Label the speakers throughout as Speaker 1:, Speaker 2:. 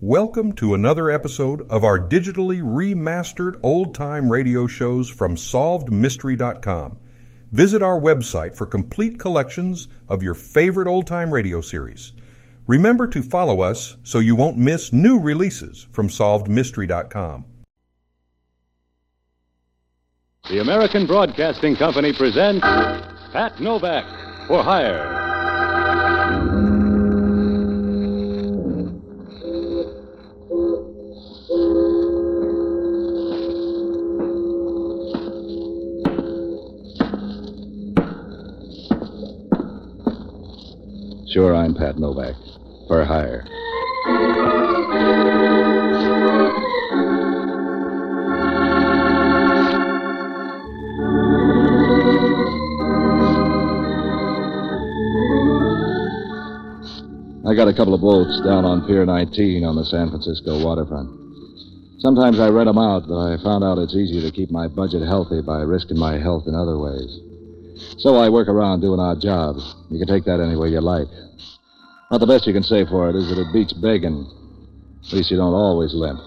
Speaker 1: Welcome to another episode of our digitally remastered old time radio shows from SolvedMystery.com. Visit our website for complete collections of your favorite old time radio series. Remember to follow us so you won't miss new releases from SolvedMystery.com.
Speaker 2: The American Broadcasting Company presents Pat Novak for Hire. Sure, I'm Pat Novak for Hire. I got a couple of boats down on Pier 19 on the San Francisco waterfront. Sometimes I rent 'em out, but I found out it's easier to keep my budget healthy by risking my health in other ways. So I work around doing odd jobs. You can take that any way you like. Not the best you can say for it is that it beats begging. At least you don't always limp.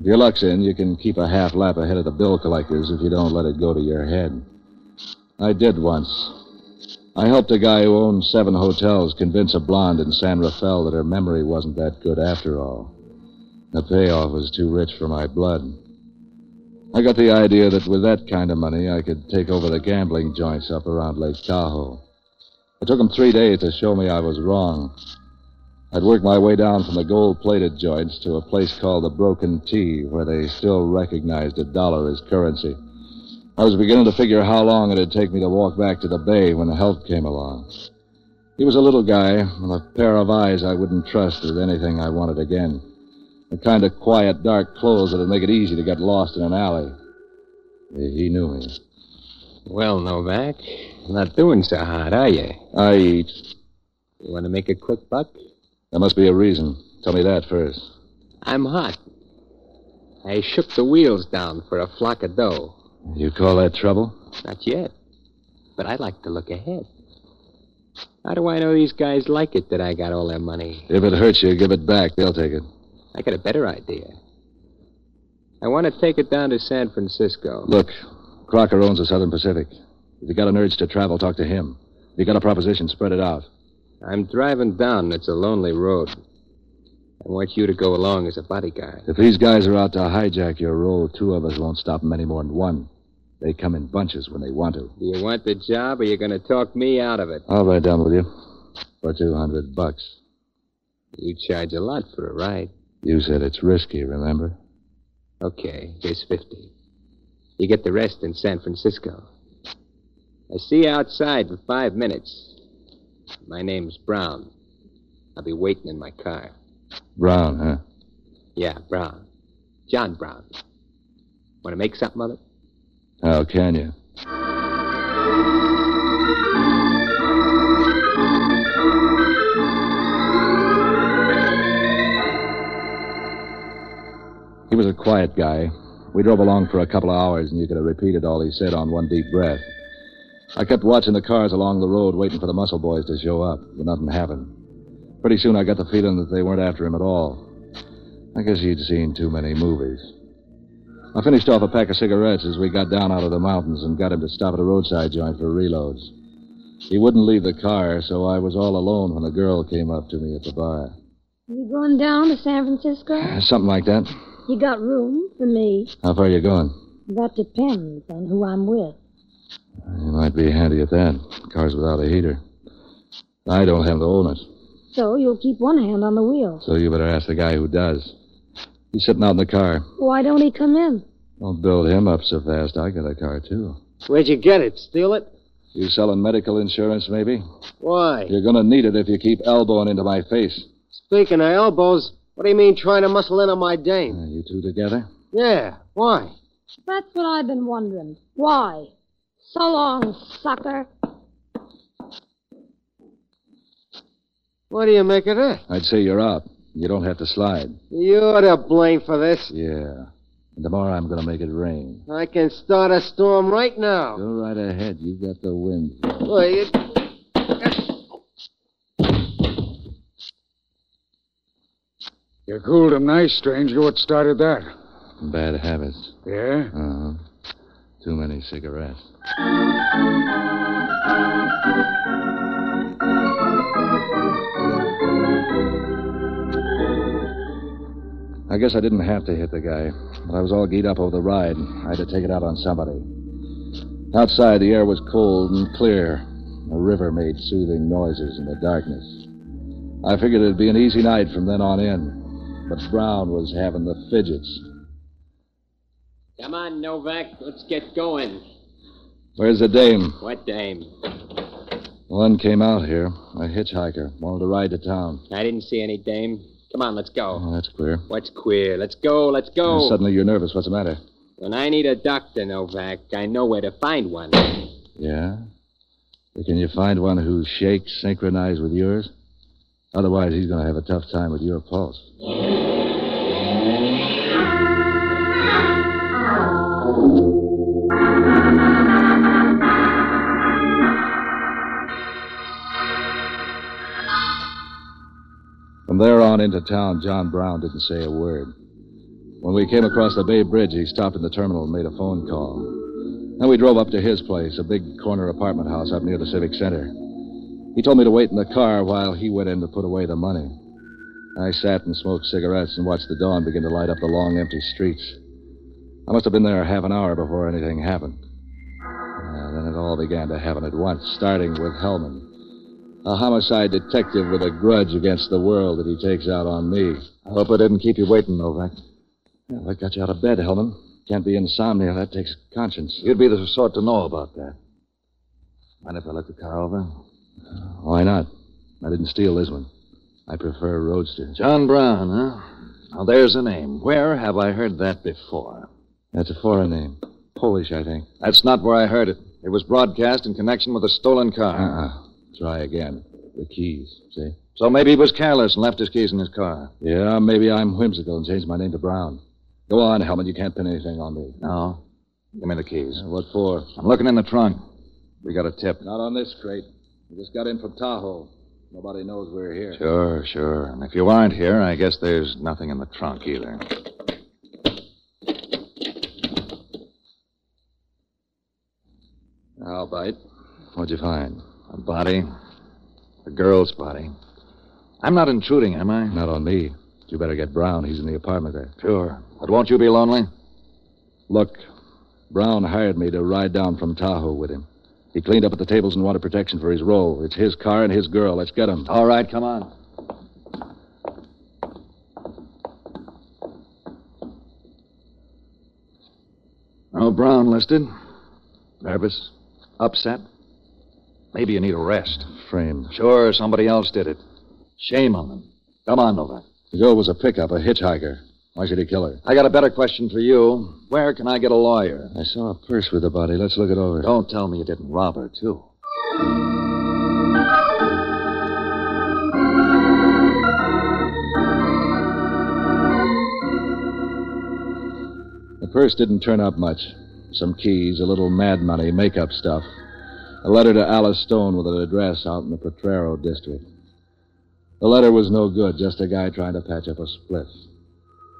Speaker 2: If your luck's in, you can keep a half lap ahead of the bill collectors if you don't let it go to your head. I did once. I helped a guy who owned seven hotels convince a blonde in San Rafael that her memory wasn't that good after all. The payoff was too rich for my blood. I got the idea that with that kind of money, I could take over the gambling joints up around Lake Tahoe. It took 'em three days to show me I was wrong. I'd worked my way down from the gold plated joints to a place called the Broken T, where they still recognized a dollar as currency. I was beginning to figure how long it'd take me to walk back to the bay when help came along. He was a little guy with a pair of eyes I wouldn't trust with anything I wanted again. The kind of quiet, dark clothes that'd make it easy to get lost in an alley. He knew me.
Speaker 3: Well, Novak, not doing so hot, are you?
Speaker 2: I eat.
Speaker 3: You want to make a quick buck?
Speaker 2: There must be a reason. Tell me that first.
Speaker 3: I'm hot. I shook the wheels down for a flock of dough.
Speaker 2: You call that trouble?
Speaker 3: Not yet, but I like to look ahead. How do I know these guys like it that I got all their money?
Speaker 2: If it hurts you, give it back. They'll take it.
Speaker 3: I got a better idea. I want to take it down to San Francisco.
Speaker 2: Look, Crocker owns the Southern Pacific. If you got an urge to travel, talk to him. If you got a proposition, spread it out.
Speaker 3: I'm driving down. It's a lonely road. I want you to go along as a bodyguard.
Speaker 2: If these guys are out to hijack your roll, two of us won't stop 'em any more than one. They come in bunches when they want to.
Speaker 3: Do you want the job, or you going to talk me out of it?
Speaker 2: I'll ride down with you. For 200 bucks.
Speaker 3: You charge a lot for a ride.
Speaker 2: You said it's risky, remember?
Speaker 3: Okay, here's 50. You get the rest in San Francisco. I see you outside in five minutes. My name's Brown. I'll be waiting in my car.
Speaker 2: Brown, huh?
Speaker 3: Yeah, Brown. John Brown. Want to make something of it?
Speaker 2: How Oh, can you? He was a quiet guy. We drove along for a couple of hours, and you could have repeated all he said on one deep breath. I kept watching the cars along the road, waiting for the muscle boys to show up, but nothing happened. Pretty soon I got the feeling that they weren't after him at all. I guess he'd seen too many movies. I finished off a pack of cigarettes as we got down out of the mountains and got him to stop at a roadside joint for reloads. He wouldn't leave the car, so I was all alone when a girl came up to me at the bar.
Speaker 4: You going down to San Francisco?
Speaker 2: Something like that.
Speaker 4: You got room for me?
Speaker 2: How far are you going?
Speaker 4: That depends on who I'm with.
Speaker 2: You might be handy at that. Car's without a heater. I don't have to own it,
Speaker 4: So you'll keep one hand on the wheel.
Speaker 2: so you better ask the guy who does. He's sitting out in the car.
Speaker 4: Why don't he come in?
Speaker 2: Don't build him up so fast. I got a car, too.
Speaker 3: Where'd you get it? Steal it?
Speaker 2: You selling medical insurance, maybe?
Speaker 3: Why?
Speaker 2: You're going to need it if you keep elbowing into my face.
Speaker 3: Speaking of elbows, what do you mean trying to muscle in on my dame?
Speaker 2: Uh, you two together?
Speaker 3: Yeah, why?
Speaker 4: That's what I've been wondering. Why? So long, sucker.
Speaker 3: What do you make of that?
Speaker 2: I'd say you're out. You don't have to slide.
Speaker 3: You're to blame for this.
Speaker 2: Yeah. And tomorrow I'm going to make it rain.
Speaker 3: I can start a storm right now.
Speaker 2: Go right ahead. You've got the wind.
Speaker 3: Boy, it-
Speaker 5: You cooled him nice, stranger. What started that?
Speaker 2: Bad habits.
Speaker 5: Yeah?
Speaker 2: Uh huh. Too many cigarettes. I guess I didn't have to hit the guy, but I was all geared up over the ride. I had to take it out on somebody. Outside, the air was cold and clear. The river made soothing noises in the darkness. I figured it'd be an easy night from then on in, but Brown was having the fidgets.
Speaker 3: Come on, Novak. Let's get going.
Speaker 2: Where's the dame?
Speaker 3: What dame?
Speaker 2: One came out here, a hitchhiker, wanted to ride to town.
Speaker 3: I didn't see any dame. Come on, let's go.
Speaker 2: Oh, that's queer.
Speaker 3: What's queer? Let's go, let's go.
Speaker 2: Suddenly you're nervous. What's the matter?
Speaker 3: When I need a doctor, Novak, I know where to find one.
Speaker 2: Yeah? But can you find one whose shakes synchronize with yours? Otherwise, he's going to have a tough time with your pulse. From there on into town, John Brown didn't say a word. When we came across the Bay Bridge, he stopped in the terminal and made a phone call. Then we drove up to his place, a big corner apartment house up near the Civic Center. He told me to wait in the car while he went in to put away the money. I sat and smoked cigarettes and watched the dawn begin to light up the long, empty streets. I must have been there half an hour before anything happened. And then it all began to happen at once, starting with Hellman. A homicide detective with a grudge against the world that he takes out on me. I hope I didn't keep you waiting, Novak. Yeah, what got you out of bed, Hellman? Can't be insomnia. That takes conscience. You'd be the sort to know about that. Mind if I let the car over? Uh, Why not? I didn't steal this one. I prefer roadsters.
Speaker 6: John Brown, huh? Now, there's a name. Where have I heard that before?
Speaker 2: That's a foreign name. Polish, I think.
Speaker 6: That's not where I heard it. It was broadcast in connection with a stolen car.
Speaker 2: Uh-uh. Try again. The keys, see?
Speaker 6: So maybe he was careless and left his keys in his car.
Speaker 2: Yeah, maybe I'm whimsical and changed my name to Brown. Go on, Helmut. You can't pin anything on me.
Speaker 6: No. Give me the keys.
Speaker 2: What for?
Speaker 6: I'm looking in the trunk. We got a tip.
Speaker 2: Not on this crate. We just got in from Tahoe. Nobody knows we're here.
Speaker 6: Sure, sure. And if you aren't here, I guess there's nothing in the trunk either.
Speaker 2: I'll bite. What'd you find?
Speaker 6: A body. A girl's body. I'm not intruding, am I?
Speaker 2: Not on me. You better get Brown. He's in the apartment there.
Speaker 6: Sure. But won't you be lonely?
Speaker 2: Look, Brown hired me to ride down from Tahoe with him. He cleaned up at the tables and wanted protection for his role. It's his car and his girl. Let's get him.
Speaker 6: All right, come on. No Oh, Brown listed. Nervous? Upset? Maybe you need a rest.
Speaker 2: Framed.
Speaker 6: Sure, somebody else did it. Shame on them. Come on, Novak.
Speaker 2: The girl was a pickup, a hitchhiker. Why should he kill her?
Speaker 6: I got a better question for you. Where can I get a lawyer?
Speaker 2: I saw a purse with the body. Let's look it over.
Speaker 6: Don't tell me you didn't rob her, too.
Speaker 2: The purse didn't turn up much. Some keys, a little mad money, makeup stuff. A letter to Alice Stone with an address out in the Potrero district. The letter was no good, just a guy trying to patch up a split.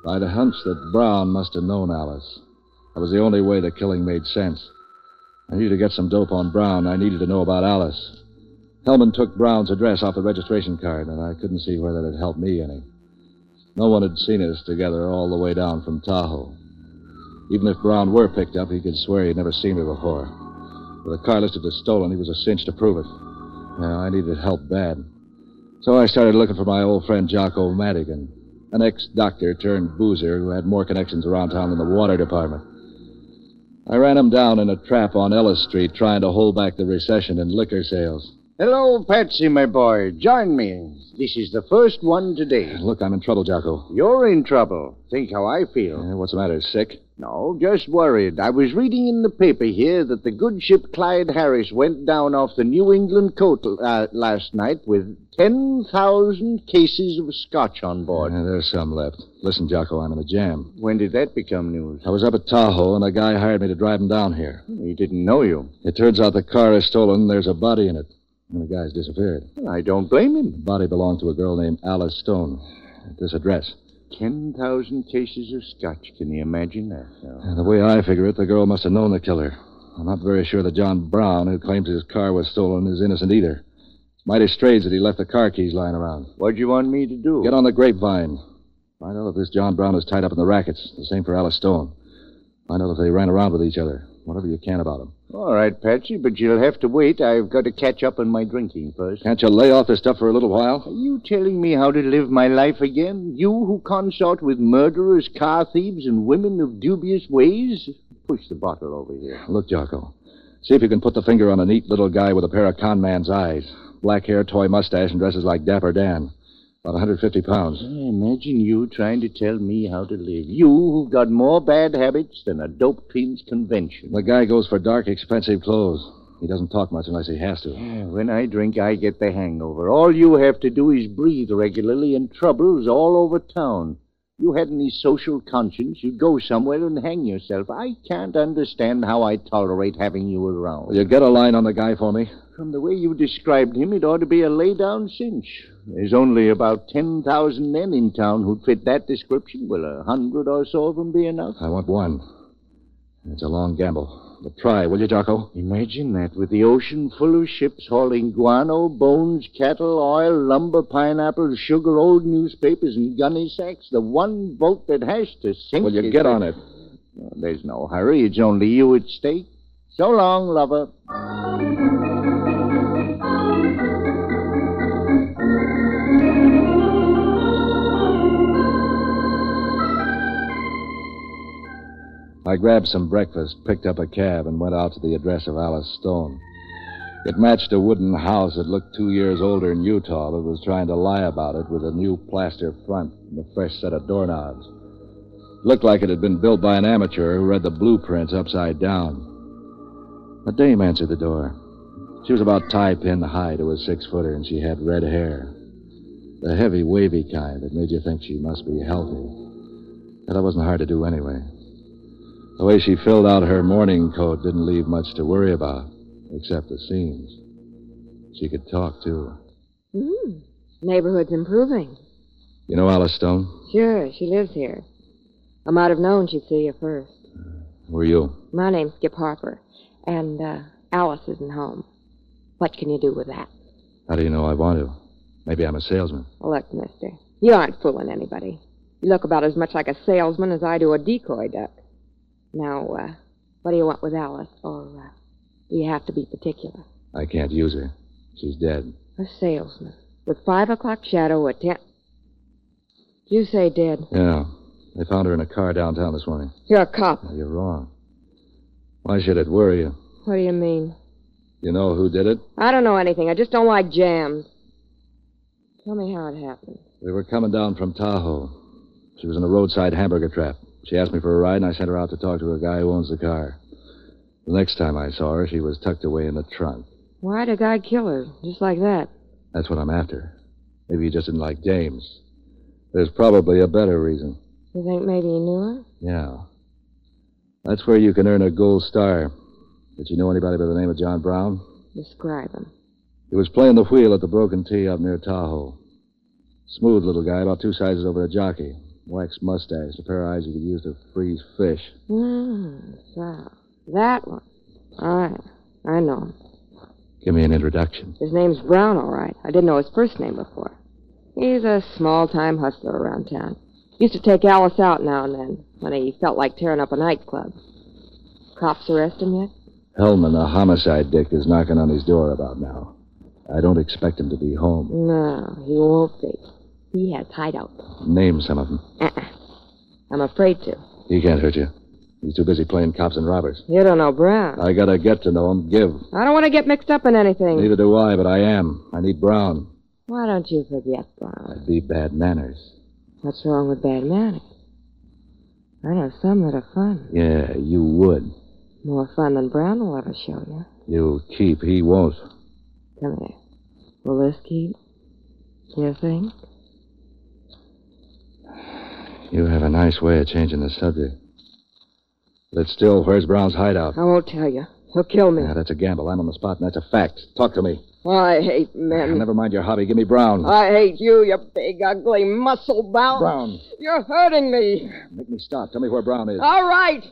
Speaker 2: I had a hunch that Brown must have known Alice. That was the only way the killing made sense. I needed to get some dope on Brown. I needed to know about Alice. Hellman took Brown's address off the registration card, and I couldn't see where that had helped me any. No one had seen us together all the way down from Tahoe. Even if Brown were picked up, he could swear he'd never seen me before. With the car listed as stolen, he was a cinch to prove it. Now, I needed help bad. So I started looking for my old friend Jocko Madigan, an ex doctor turned boozer who had more connections around town than the water department. I ran him down in a trap on Ellis Street trying to hold back the recession in liquor sales.
Speaker 7: Hello, Patsy, my boy. Join me. This is the first one today.
Speaker 2: Look, I'm in trouble, Jocko.
Speaker 7: You're in trouble. Think how I feel.
Speaker 2: Eh, What's the matter? Sick?
Speaker 7: No, Oh, just worried. I was reading in the paper here that the good ship Clyde Harris went down off the New England coast uh, last night with 10,000 cases of scotch on board.
Speaker 2: Eh, there's some left. Listen, Jocko, I'm in a jam.
Speaker 7: When did that become news?
Speaker 2: I was up at Tahoe, and a guy hired me to drive him down here.
Speaker 7: He didn't know you.
Speaker 2: It turns out the car is stolen. There's a body in it. And the guy's disappeared.
Speaker 7: I don't blame
Speaker 2: The
Speaker 7: him.
Speaker 2: body belonged to a girl named Alice Stone at this address.
Speaker 7: Ten thousand cases of scotch. Can you imagine that? Now?
Speaker 2: And the way I figure it, the girl must have known the killer. I'm not very sure that John Brown, who claims his car was stolen, is innocent either. It's mighty strange that he left the car keys lying around.
Speaker 7: What do you want me to do?
Speaker 2: Get on the grapevine. Find out if this John Brown is tied up in the rackets. The same for Alice Stone. Find out if they ran around with each other. Whatever you can about them.
Speaker 7: All right, Patsy, but you'll have to wait. I've got to catch up on my drinking first.
Speaker 2: Can't you lay off this stuff for a little while?
Speaker 7: Are you telling me how to live my life again? You who consort with murderers, car thieves, and women of dubious ways? Push the bottle over here.
Speaker 2: Look, Jocko. See if you can put the finger on a neat little guy with a pair of con man's eyes. Black hair, toy mustache, and dresses like Dapper Dan. About 150 pounds.
Speaker 7: Imagine you trying to tell me how to live. You who've got more bad habits than a dope fiend's convention.
Speaker 2: The guy goes for dark, expensive clothes. He doesn't talk much unless he has to.
Speaker 7: Yeah, When I drink, I get the hangover. All you have to do is breathe regularly, and trouble's all over town. You had any social conscience, you'd go somewhere and hang yourself. I can't understand how I tolerate having you around.
Speaker 2: Will you get a line on the guy for me?
Speaker 7: From the way you described him, it ought to be a lay down cinch. There's only about 10,000 men in town who'd fit that description. Will a hundred or so of 'em be enough?
Speaker 2: I want one. It's a long gamble. But try, will you, Jocko?
Speaker 7: Imagine that, with the ocean full of ships hauling guano, bones, cattle, oil, lumber, pineapples, sugar, old newspapers, and gunny sacks. The one boat that has to sink.
Speaker 2: Will you
Speaker 7: is
Speaker 2: get
Speaker 7: that-
Speaker 2: on it?
Speaker 7: Oh, There's no hurry. It's only you at stake. So long, lover.
Speaker 2: I grabbed some breakfast, picked up a cab, and went out to the address of Alice Stone. It matched a wooden house that looked two years older in Utah that was trying to lie about it with a new plaster front and a fresh set of doorknobs. Looked like it had been built by an amateur who read the blueprints upside down. A dame answered the door. She was about tie pin high to a six footer, and she had red hair. The heavy, wavy kind that made you think she must be healthy. But that wasn't hard to do anyway. The way she filled out her morning coat didn't leave much to worry about, except the seams. She could talk, too.
Speaker 8: Hmm. Neighborhood's improving.
Speaker 2: You know Alice Stone?
Speaker 8: Sure, she lives here. I might have known she'd see you first.
Speaker 2: Who are you?
Speaker 8: My name's Skip Harper, and uh, Alice isn't home. What can you do with that?
Speaker 2: How do you know I want to? Maybe I'm a salesman.
Speaker 8: Look, mister, you aren't fooling anybody. You look about as much like a salesman as I do a decoy duck. Now, uh, what do you want with Alice, or uh, do you have to be particular?
Speaker 2: I can't use her. She's dead.
Speaker 8: A salesman. With five o'clock shadow at ten. You say dead.
Speaker 2: Yeah. They found her in a car downtown this morning.
Speaker 8: You're a cop.
Speaker 2: Now, you're wrong. Why should it worry you?
Speaker 8: What do you mean?
Speaker 2: You know who did it?
Speaker 8: I don't know anything. I just don't like jams. Tell me how it happened.
Speaker 2: We were coming down from Tahoe. She was in a roadside hamburger trap. She asked me for a ride, and I sent her out to talk to a guy who owns the car. The next time I saw her, she was tucked away in the trunk.
Speaker 8: Why'd a guy kill her? Just like that.
Speaker 2: That's what I'm after. Maybe he just didn't like James. There's probably a better reason.
Speaker 8: You think maybe he knew
Speaker 2: Yeah. That's where you can earn a gold star. Did you know anybody by the name of John Brown?
Speaker 8: her? Describe him.
Speaker 2: He was playing the wheel at the Broken Tee up near Tahoe. Smooth little guy, about two sizes over a jockey. Waxed mustache, a pair of eyes you could use to freeze fish.
Speaker 8: Mm, so, that one. All right. I know him.
Speaker 2: Give me an introduction.
Speaker 8: His name's Brown, all right. I didn't know his first name before. He's a small time hustler around town. Used to take Alice out now and then when he felt like tearing up a nightclub. Cops arrest him yet?
Speaker 2: Hellman, a homicide dick, is knocking on his door about now. I don't expect him to be home.
Speaker 8: No, he won't be. He has hideouts.
Speaker 2: Name some of them.
Speaker 8: Uh-uh. I'm afraid to.
Speaker 2: He can't hurt you. He's too busy playing cops and robbers.
Speaker 8: You don't know Brown.
Speaker 2: I gotta get to know him. Give.
Speaker 8: I don't want to get mixed up in anything.
Speaker 2: Neither do I, but I am. I need Brown.
Speaker 8: Why don't you forget Brown?
Speaker 2: I'd be bad manners.
Speaker 8: What's wrong with bad manners? I know some that are fun.
Speaker 2: Yeah, you would.
Speaker 8: More fun than Brown will ever show you.
Speaker 2: You keep. He won't.
Speaker 8: Come here. Will this keep? You think?
Speaker 2: You have a nice way of changing the subject. But still, where's Brown's hideout?
Speaker 8: I won't tell you. He'll kill me.
Speaker 2: Yeah, that's a gamble. I'm on the spot, and that's a fact. Talk to me.
Speaker 8: Well, I hate men.
Speaker 2: Never mind your hobby. Give me Brown.
Speaker 8: I hate you, you big, ugly, muscle bound.
Speaker 2: Brown.
Speaker 8: You're hurting me.
Speaker 2: Make me stop. Tell me where Brown is.
Speaker 8: All right.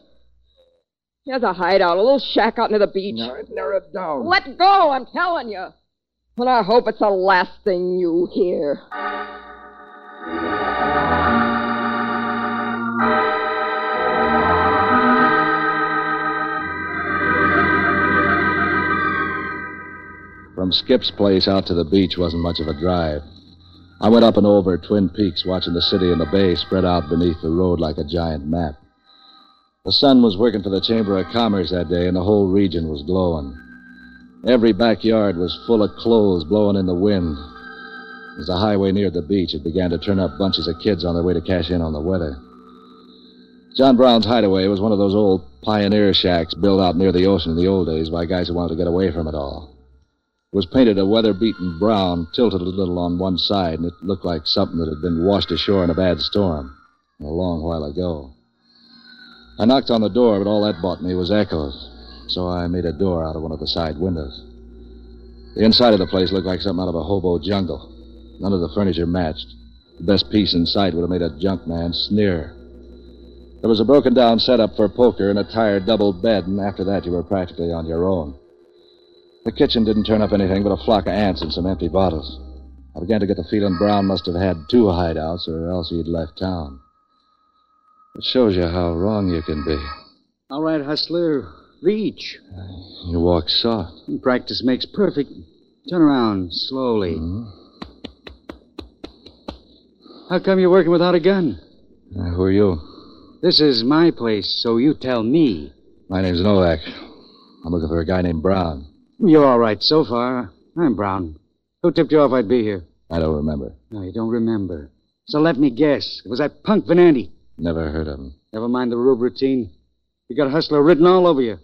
Speaker 8: He has a hideout, a little shack out near the beach.
Speaker 2: Narrow it- narrow it down.
Speaker 8: Let go, I'm telling you. Well, I hope it's the last thing you hear.
Speaker 2: From Skip's place out to the beach wasn't much of a drive. I went up and over Twin Peaks, watching the city and the bay spread out beneath the road like a giant map. The sun was working for the Chamber of Commerce that day, and the whole region was glowing. Every backyard was full of clothes blowing in the wind. As the highway neared the beach, it began to turn up bunches of kids on their way to cash in on the weather. John Brown's hideaway was one of those old pioneer shacks built out near the ocean in the old days by guys who wanted to get away from it all was painted a weather beaten brown, tilted a little on one side, and it looked like something that had been washed ashore in a bad storm a long while ago. I knocked on the door, but all that bought me was echoes, so I made a door out of one of the side windows. The inside of the place looked like something out of a hobo jungle. None of the furniture matched. The best piece in sight would have made a junk man sneer. There was a broken down setup for poker and a tired double bed, and after that you were practically on your own. The kitchen didn't turn up anything but a flock of ants and some empty bottles. I began to get the feeling Brown must have had two hideouts, or else he'd left town. It shows you how wrong you can be.
Speaker 5: All right, hustler. Reach.
Speaker 2: You walk soft.
Speaker 5: Practice makes perfect. Turn around slowly.
Speaker 7: Mm-hmm.
Speaker 5: How come you're working without a gun?
Speaker 2: Uh, Who are you?
Speaker 5: This is my place, so you tell me.
Speaker 2: My name's Novak. I'm looking for a guy named Brown.
Speaker 5: You're all right so far. I'm Brown. Who tipped you off I'd be here?
Speaker 2: I don't remember.
Speaker 5: No, you don't remember. So let me guess. It was that punk Vananti.
Speaker 2: Never heard of him.
Speaker 5: Never mind the rube routine. You got Hustler written all over you.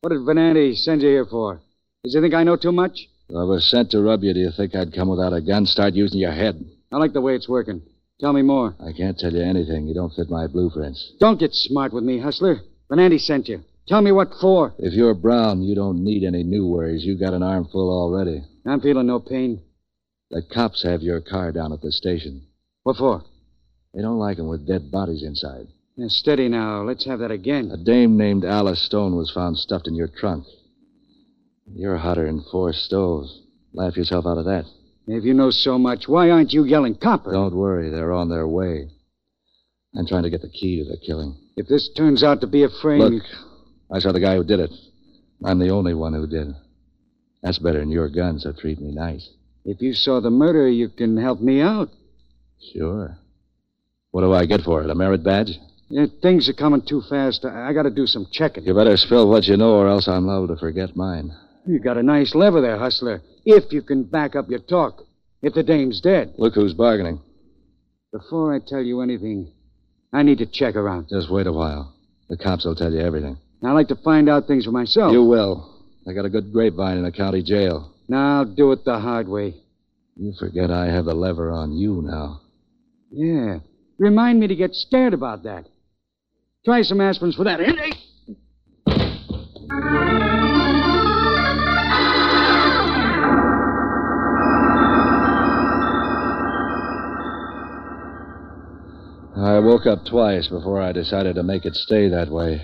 Speaker 5: What did Vananti send you here for? Did you think I know too much?
Speaker 2: If I was sent to rub you, do you think I'd come without a gun? Start using your head.
Speaker 5: I like the way it's working. Tell me more.
Speaker 2: I can't tell you anything. You don't fit my blueprints.
Speaker 5: Don't get smart with me, Hustler. Vananti sent you. Tell me what for.
Speaker 2: If you're Brown, you don't need any new worries. You got an armful already.
Speaker 5: I'm feeling no pain.
Speaker 2: The cops have your car down at the station.
Speaker 5: What for?
Speaker 2: They don't like 'em with dead bodies inside.
Speaker 5: Now, steady now. Let's have that again.
Speaker 2: A dame named Alice Stone was found stuffed in your trunk. You're hotter'n four stoves. Laugh yourself out of that.
Speaker 5: If you know so much, why aren't you yelling copper?
Speaker 2: Don't worry, they're on their way. I'm trying to get the key to the killing.
Speaker 5: If this turns out to be a frame.
Speaker 2: Look, I saw the guy who did it. I'm the only one who did. That's better than your gun, so treat me nice.
Speaker 5: If you saw the murder, you can help me out.
Speaker 2: Sure. What do I get for it? A merit badge?
Speaker 5: Yeah, things are coming too fast. I, I got to do some checking.
Speaker 2: You better spill what you know, or else I'm liable to forget mine.
Speaker 5: You got a nice lever there, hustler. If you can back up your talk. If the dame's dead.
Speaker 2: Look who's bargaining.
Speaker 5: Before I tell you anything, I need to check around.
Speaker 2: Just wait a while. The cops will tell you everything.
Speaker 5: I like to find out things for myself.
Speaker 2: You will. I got a good grapevine in a county jail.
Speaker 5: Now do it the hard way.
Speaker 2: You forget I have the lever on you now.
Speaker 5: Yeah. Remind me to get scared about that. Try some aspirins for that.
Speaker 2: I woke up twice before I decided to make it stay that way.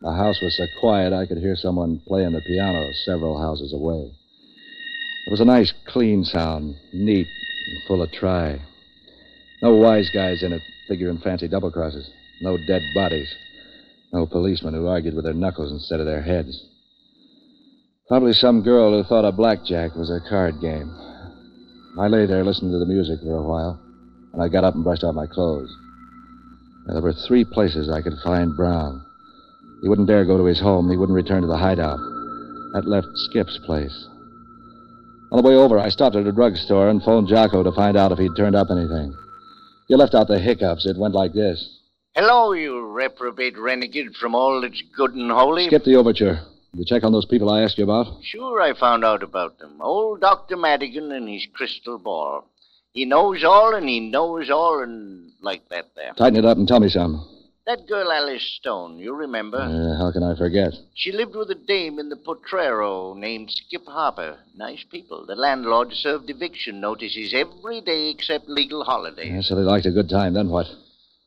Speaker 2: The house was so quiet I could hear someone playing the piano several houses away. It was a nice, clean sound, neat and full of try. No wise guys in it figuring fancy double crosses. No dead bodies. No policemen who argued with their knuckles instead of their heads. Probably some girl who thought a blackjack was a card game. I lay there listening to the music for a while, and I got up and brushed off my clothes. Now, there were three places I could find Brown. He wouldn't dare go to his home. He wouldn't return to the hideout. That left Skip's place. On the way over, I stopped at a drugstore and phoned Jocko to find out if he'd turned up anything. You left out the hiccups. It went like this.
Speaker 7: Hello, you reprobate renegade from all that's good and holy.
Speaker 2: Skip the overture. Did you check on those people I asked you about?
Speaker 7: Sure, I found out about them. Old Dr. Madigan and his crystal ball. He knows all and he knows all and like that there.
Speaker 2: Tighten it up and tell me some.
Speaker 9: That girl, Alice Stone, you remember?
Speaker 2: Uh, how can I forget?
Speaker 9: She lived with a dame in the Potrero named Skip Harper. Nice people. The landlord served eviction notices every day except legal holidays.
Speaker 2: Yeah, so they liked a good time. Then what?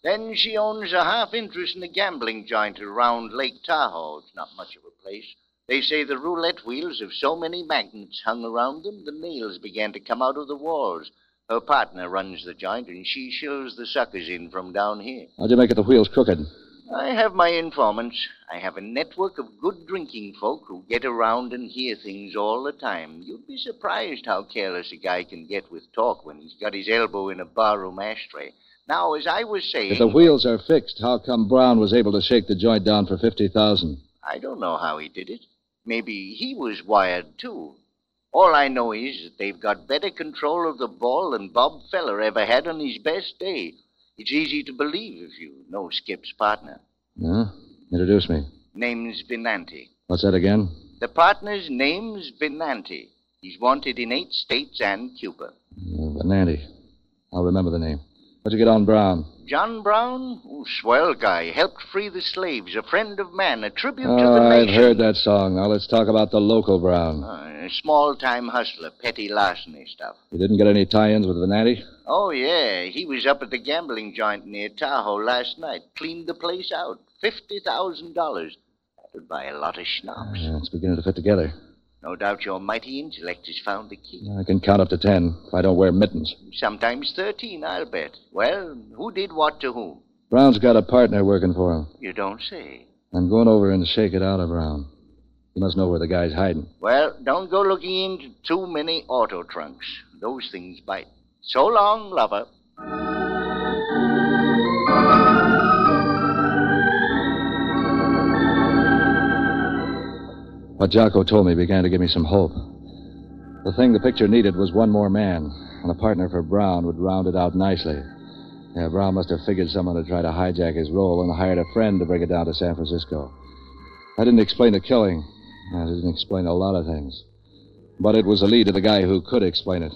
Speaker 9: Then she owns a half interest in a gambling joint around Lake Tahoe. It's not much of a place. They say the roulette wheels of so many magnets hung around them, the nails began to come out of the walls. Her partner runs the joint, and she shows the suckers in from down here.
Speaker 2: How'd you make it the wheels crooked?
Speaker 9: I have my informants. I have a network of good drinking folk who get around and hear things all the time. You'd be surprised how careless a guy can get with talk when he's got his elbow in a barroom ashtray. Now, as I was saying,
Speaker 2: If the wheels are fixed, how come Brown was able to shake the joint down for 50000
Speaker 9: I don't know how he did it. Maybe he was wired, too. All I know is that they've got better control of the ball than Bob Feller ever had on his best day. It's easy to believe if you know Skip's partner.
Speaker 2: Yeah? Introduce me.
Speaker 9: Name's Benanti.
Speaker 2: What's that again?
Speaker 9: The partner's name's Benanti. He's wanted in eight states and Cuba.
Speaker 2: Uh, Vananti. I'll remember the name. What'd you get on Brown?
Speaker 9: John Brown, oh, swell guy, helped free the slaves, a friend of man, a tribute to
Speaker 2: Oh,
Speaker 9: the
Speaker 2: I've
Speaker 9: nation.
Speaker 2: heard that song. Now let's talk about the local Brown.
Speaker 9: Uh, small time hustler, petty larceny stuff.
Speaker 2: You didn't get any tie-ins with Vananti?
Speaker 9: Oh, yeah. He was up at the gambling joint near Tahoe last night. Cleaned the place out. $50,000. That'd buy a lot of schnapps.
Speaker 2: Yeah, it's beginning to fit together.
Speaker 9: No doubt your mighty intellect has found the key.
Speaker 2: I can count up to ten if I don't wear mittens.
Speaker 9: Sometimes 13, I'll bet. Well, who did what to whom?
Speaker 2: Brown's got a partner working for him.
Speaker 9: You don't say.
Speaker 2: I'm going over and shake it out of Brown. He must know where the guy's hiding.
Speaker 9: Well, don't go looking into too many auto trunks. Those things bite. So long, lover.
Speaker 2: What Jocko told me began to give me some hope. The thing the picture needed was one more man, and a partner for Brown would round it out nicely. Yeah, Brown must have figured someone to try to hijack his role and hired a friend to bring it down to San Francisco. That didn't explain the killing. That didn't explain a lot of things. But it was a lead to the guy who could explain it.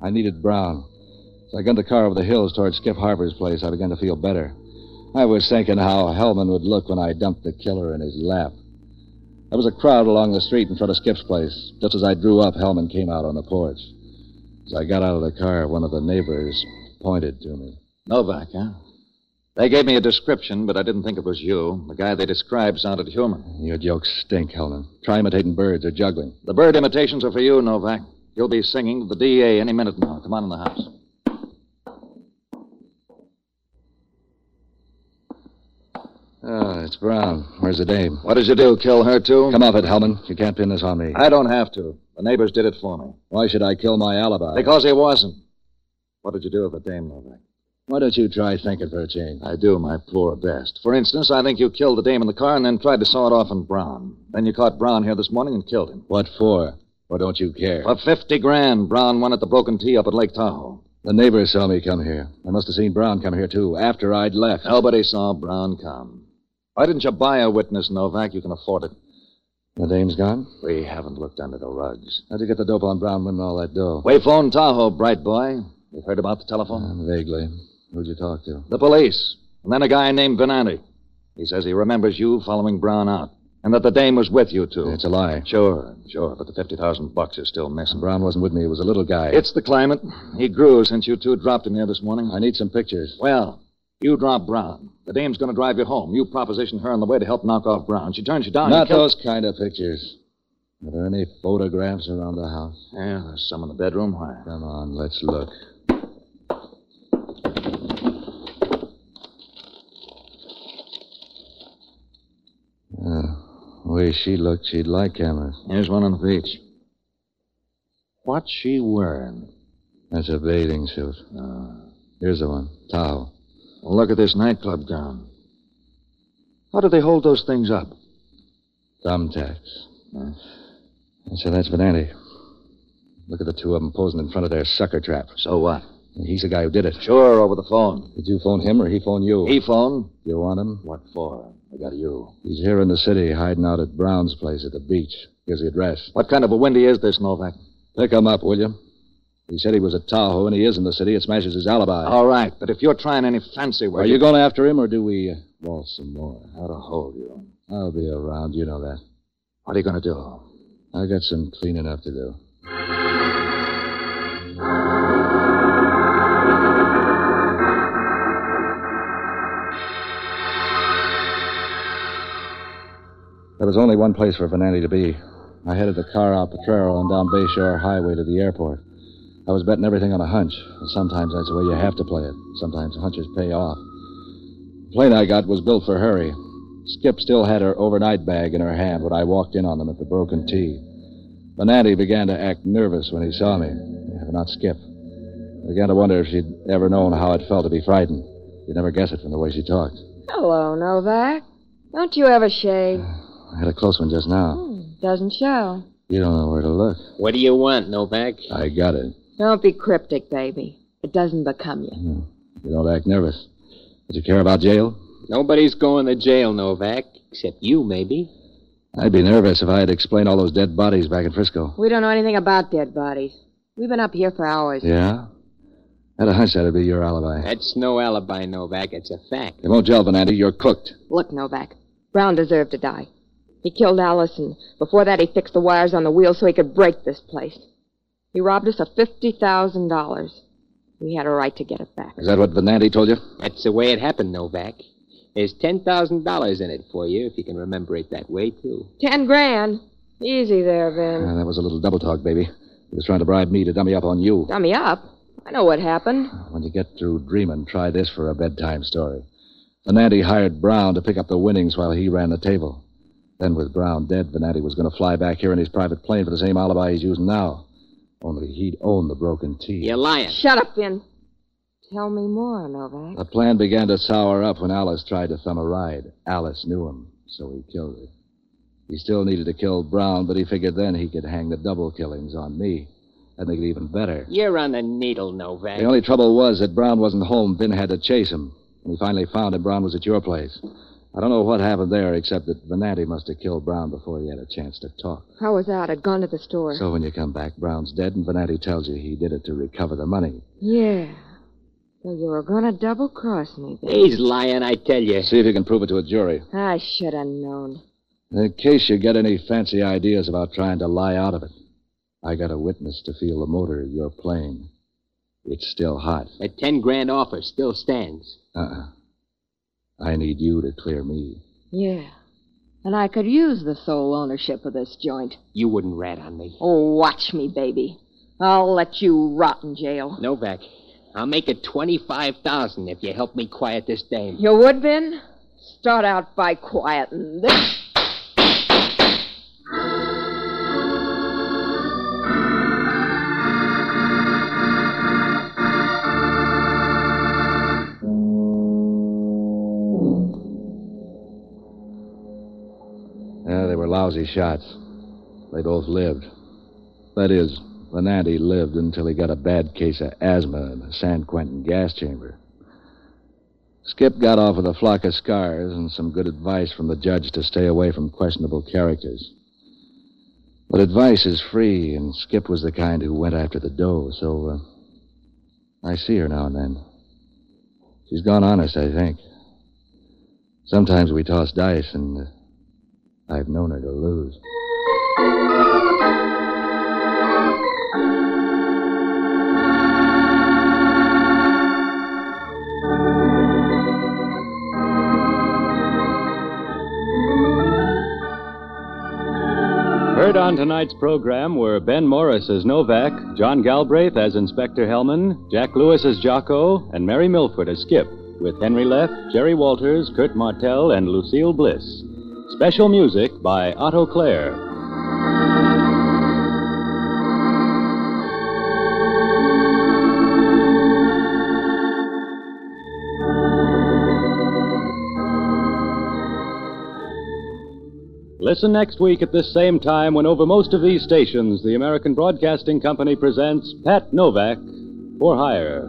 Speaker 2: I needed Brown. As I gunned the car over the hills toward Skip Harper's place, I began to feel better. I was thinking how Hellman would look when I dumped the killer in his lap. There was a crowd along the street in front of Skip's place. Just as I drew up, Hellman came out on the porch. As I got out of the car, one of the neighbors pointed to me.
Speaker 6: Novak, huh? They gave me a description, but I didn't think it was you. The guy they described sounded human.
Speaker 2: Your jokes stink, Hellman. Try imitating birds or juggling.
Speaker 6: The bird imitations are for you, Novak. You'll be singing to the DA any minute now. Come on in the house.
Speaker 2: Oh, it's Brown. Where's the dame?
Speaker 6: What did you do? Kill her, too?
Speaker 2: Come off it, Hellman. You can't pin this on me.
Speaker 6: I don't have to. The neighbors did it for me.
Speaker 2: Why should I kill my alibi?
Speaker 6: Because he wasn't. What did you do with the dame, Novak?
Speaker 2: Why don't you try thinking for a change?
Speaker 6: I do my poor best. For instance, I think you killed the dame in the car and then tried to saw it off on Brown. Then you caught Brown here this morning and killed him.
Speaker 2: What for? Or don't you care?
Speaker 6: For 50 grand, Brown won at the Broken Tea up at Lake Tahoe.
Speaker 2: The neighbors saw me come here. I must have seen Brown come here, too, after I'd left.
Speaker 6: Nobody saw Brown come. Why didn't you buy a witness, Novak? You can afford it.
Speaker 2: The dame's gone?
Speaker 6: We haven't looked under the rugs.
Speaker 2: How'd you get the dope on Brown winning all that dough?
Speaker 6: We phoned Tahoe, bright boy. You've heard about the telephone?
Speaker 2: Uh, vaguely. Who'd you talk to?
Speaker 6: The police. And then a guy named Benanti. He says he remembers you following Brown out. And that the dame was with you, too.
Speaker 2: It's a lie.
Speaker 6: Sure, sure, but the 50,000 bucks is still missing.
Speaker 2: Brown wasn't with me. He was a little guy.
Speaker 6: It's the climate. He grew since you two dropped him here this morning.
Speaker 2: I need some pictures.
Speaker 6: Well, you drop Brown. The dame's going to drive you home. You proposition her on the way to help knock off Brown. She turns you down.
Speaker 2: Not
Speaker 6: you kill-
Speaker 2: those kind of pictures. Are there any photographs around the house?
Speaker 6: Yeah, there's some in the bedroom. Why?
Speaker 2: Come on, let's look. Uh, the way she looked, she'd like cameras.
Speaker 6: Here's one on the beach. What's she wearing?
Speaker 2: That's a bathing suit. Here's the one. Tahoe.
Speaker 6: Well, look at this nightclub gown. How do they hold those things up?
Speaker 2: Thumbtacks. And So that's Benanti. Look at the two of them posing in front of their sucker trap.
Speaker 6: So what?
Speaker 2: He's the guy who did it.
Speaker 6: Sure, over the phone.
Speaker 2: Did you phone him or he phone you?
Speaker 6: He phoned.
Speaker 2: You want him?
Speaker 6: What for? I got you.
Speaker 2: He's here in the city, hiding out at Brown's place at the beach. Here's the address.
Speaker 6: What kind of a windy is this, Novak?
Speaker 2: Pick him up, will you? He said he was at Tahoe, and he is in the city. It smashes his alibi.
Speaker 6: All right, but if you're trying any fancy work,
Speaker 2: Are you going after him, or do we uh, Waltz some more. How to hold you. I'll be around, you know that. What are you going to do? I got some cleaning up to do. There was only one place for Vanelli to be. I headed the car out Potrero and down Bayshore Highway to the airport. I was betting everything on a hunch. Sometimes that's the way you have to play it. Sometimes hunches pay off. The plane I got was built for hurry. Skip still had her overnight bag in her hand when I walked in on them at the broken tee. Benatti began to act nervous when he saw me, but not Skip. I began to wonder if she'd ever known how it felt to be frightened. You'd never guess it from the way she talked.
Speaker 8: Hello, Novak. Don't you ever shave? Hmm,
Speaker 2: I had a close one just now.
Speaker 8: Doesn't show.
Speaker 2: You don't know where to look.
Speaker 3: What do you want, Novak?
Speaker 2: I got it.
Speaker 8: Don't be cryptic, baby. It doesn't become you.
Speaker 2: You don't act nervous. Did you care about jail?
Speaker 3: Nobody's going to jail, Novak. Except you, maybe.
Speaker 2: I'd be nervous if I had to explain all those dead bodies back in Frisco.
Speaker 8: We don't know anything about dead bodies. We've been up here for hours.
Speaker 2: Yeah? I had a hunch that'd be your alibi.
Speaker 3: That's no alibi, Novak. It's a fact.
Speaker 2: It won't gel, Benanti. You're cooked.
Speaker 8: Look, Novak. Brown deserved to die. He killed Allison. Before that, he fixed the wires on the wheel so he could break this place. He robbed us of $50,000. We had a right to get it back.
Speaker 2: Is that what Benanti told you?
Speaker 3: That's the way it happened, Novak. There's $10,000 in it for you, if you can remember it that way, too.
Speaker 8: Ten grand. Easy there, Vin.
Speaker 2: Ah, that was a little double talk, baby. He was trying to bribe me to dummy up on you.
Speaker 8: Dummy up. I know what happened.
Speaker 2: When you get through dreaming, try this for a bedtime story. Vanatti hired Brown to pick up the winnings while he ran the table. Then, with Brown dead, Vanatti was going to fly back here in his private plane for the same alibi he's using now. Only he'd own the broken teeth.
Speaker 3: You're lying.
Speaker 8: Shut up, Vin. Tell me more, Novak.
Speaker 2: The plan began to sour up when Alice tried to thumb a ride. Alice knew him, so he killed her. He still needed to kill Brown, but he figured then he could hang the double killings on me. That'd make it even better.
Speaker 3: You're on the needle, Novak.
Speaker 2: The only trouble was that Brown wasn't home. Vin had to chase him. When we finally found him, Brown was at your place. I don't know what happened there, except that Venanti must have killed Brown before he had a chance to talk.
Speaker 8: How was that? I'd gone to the store.
Speaker 2: So when you come back, Brown's dead, and Venanti tells you he did it to recover the money.
Speaker 8: Yeah. So you were gonna double cross me, Vin.
Speaker 3: He's lying, I tell you.
Speaker 2: See if you can prove it to a jury.
Speaker 8: I should have known.
Speaker 2: In case you get any fancy ideas about trying to lie out of it, I got a witness to feel the motor of your plane. It's still hot.
Speaker 3: The ten grand offer still stands.
Speaker 2: Uh-uh. I need you to clear me.
Speaker 10: Yeah. And I could use the sole ownership of this joint.
Speaker 3: You wouldn't rat on me.
Speaker 10: Oh, watch me, baby. I'll let you rot in jail.
Speaker 3: Novak, I'll make it 25000 if you help me quiet this dame.
Speaker 10: You would, Ben? Start out by quieting this.
Speaker 2: Yeah, they were lousy shots. They both lived. That is, Venanti lived until he got a bad case of asthma in the San Quentin gas chamber. Skip got off with a flock of scars and some good advice from the judge to stay away from questionable characters. But advice is free, and Skip was the kind who went after the dough, so uh, I see her now and then. She's gone honest, I think. Sometimes we toss dice, and uh, I've known her to lose.
Speaker 11: Heard on tonight's program were Ben Morris as Novak, John Galbraith as Inspector Hellman, Jack Lewis as Jocko, and Mary Milford as Skip, with Henry Leff, Jerry Walters, Kurt Martell, and Lucille Bliss. Special music by Otto Clare. Listen next week at this same time when, over most of these stations, the American Broadcasting Company presents Pat Novak for Hire.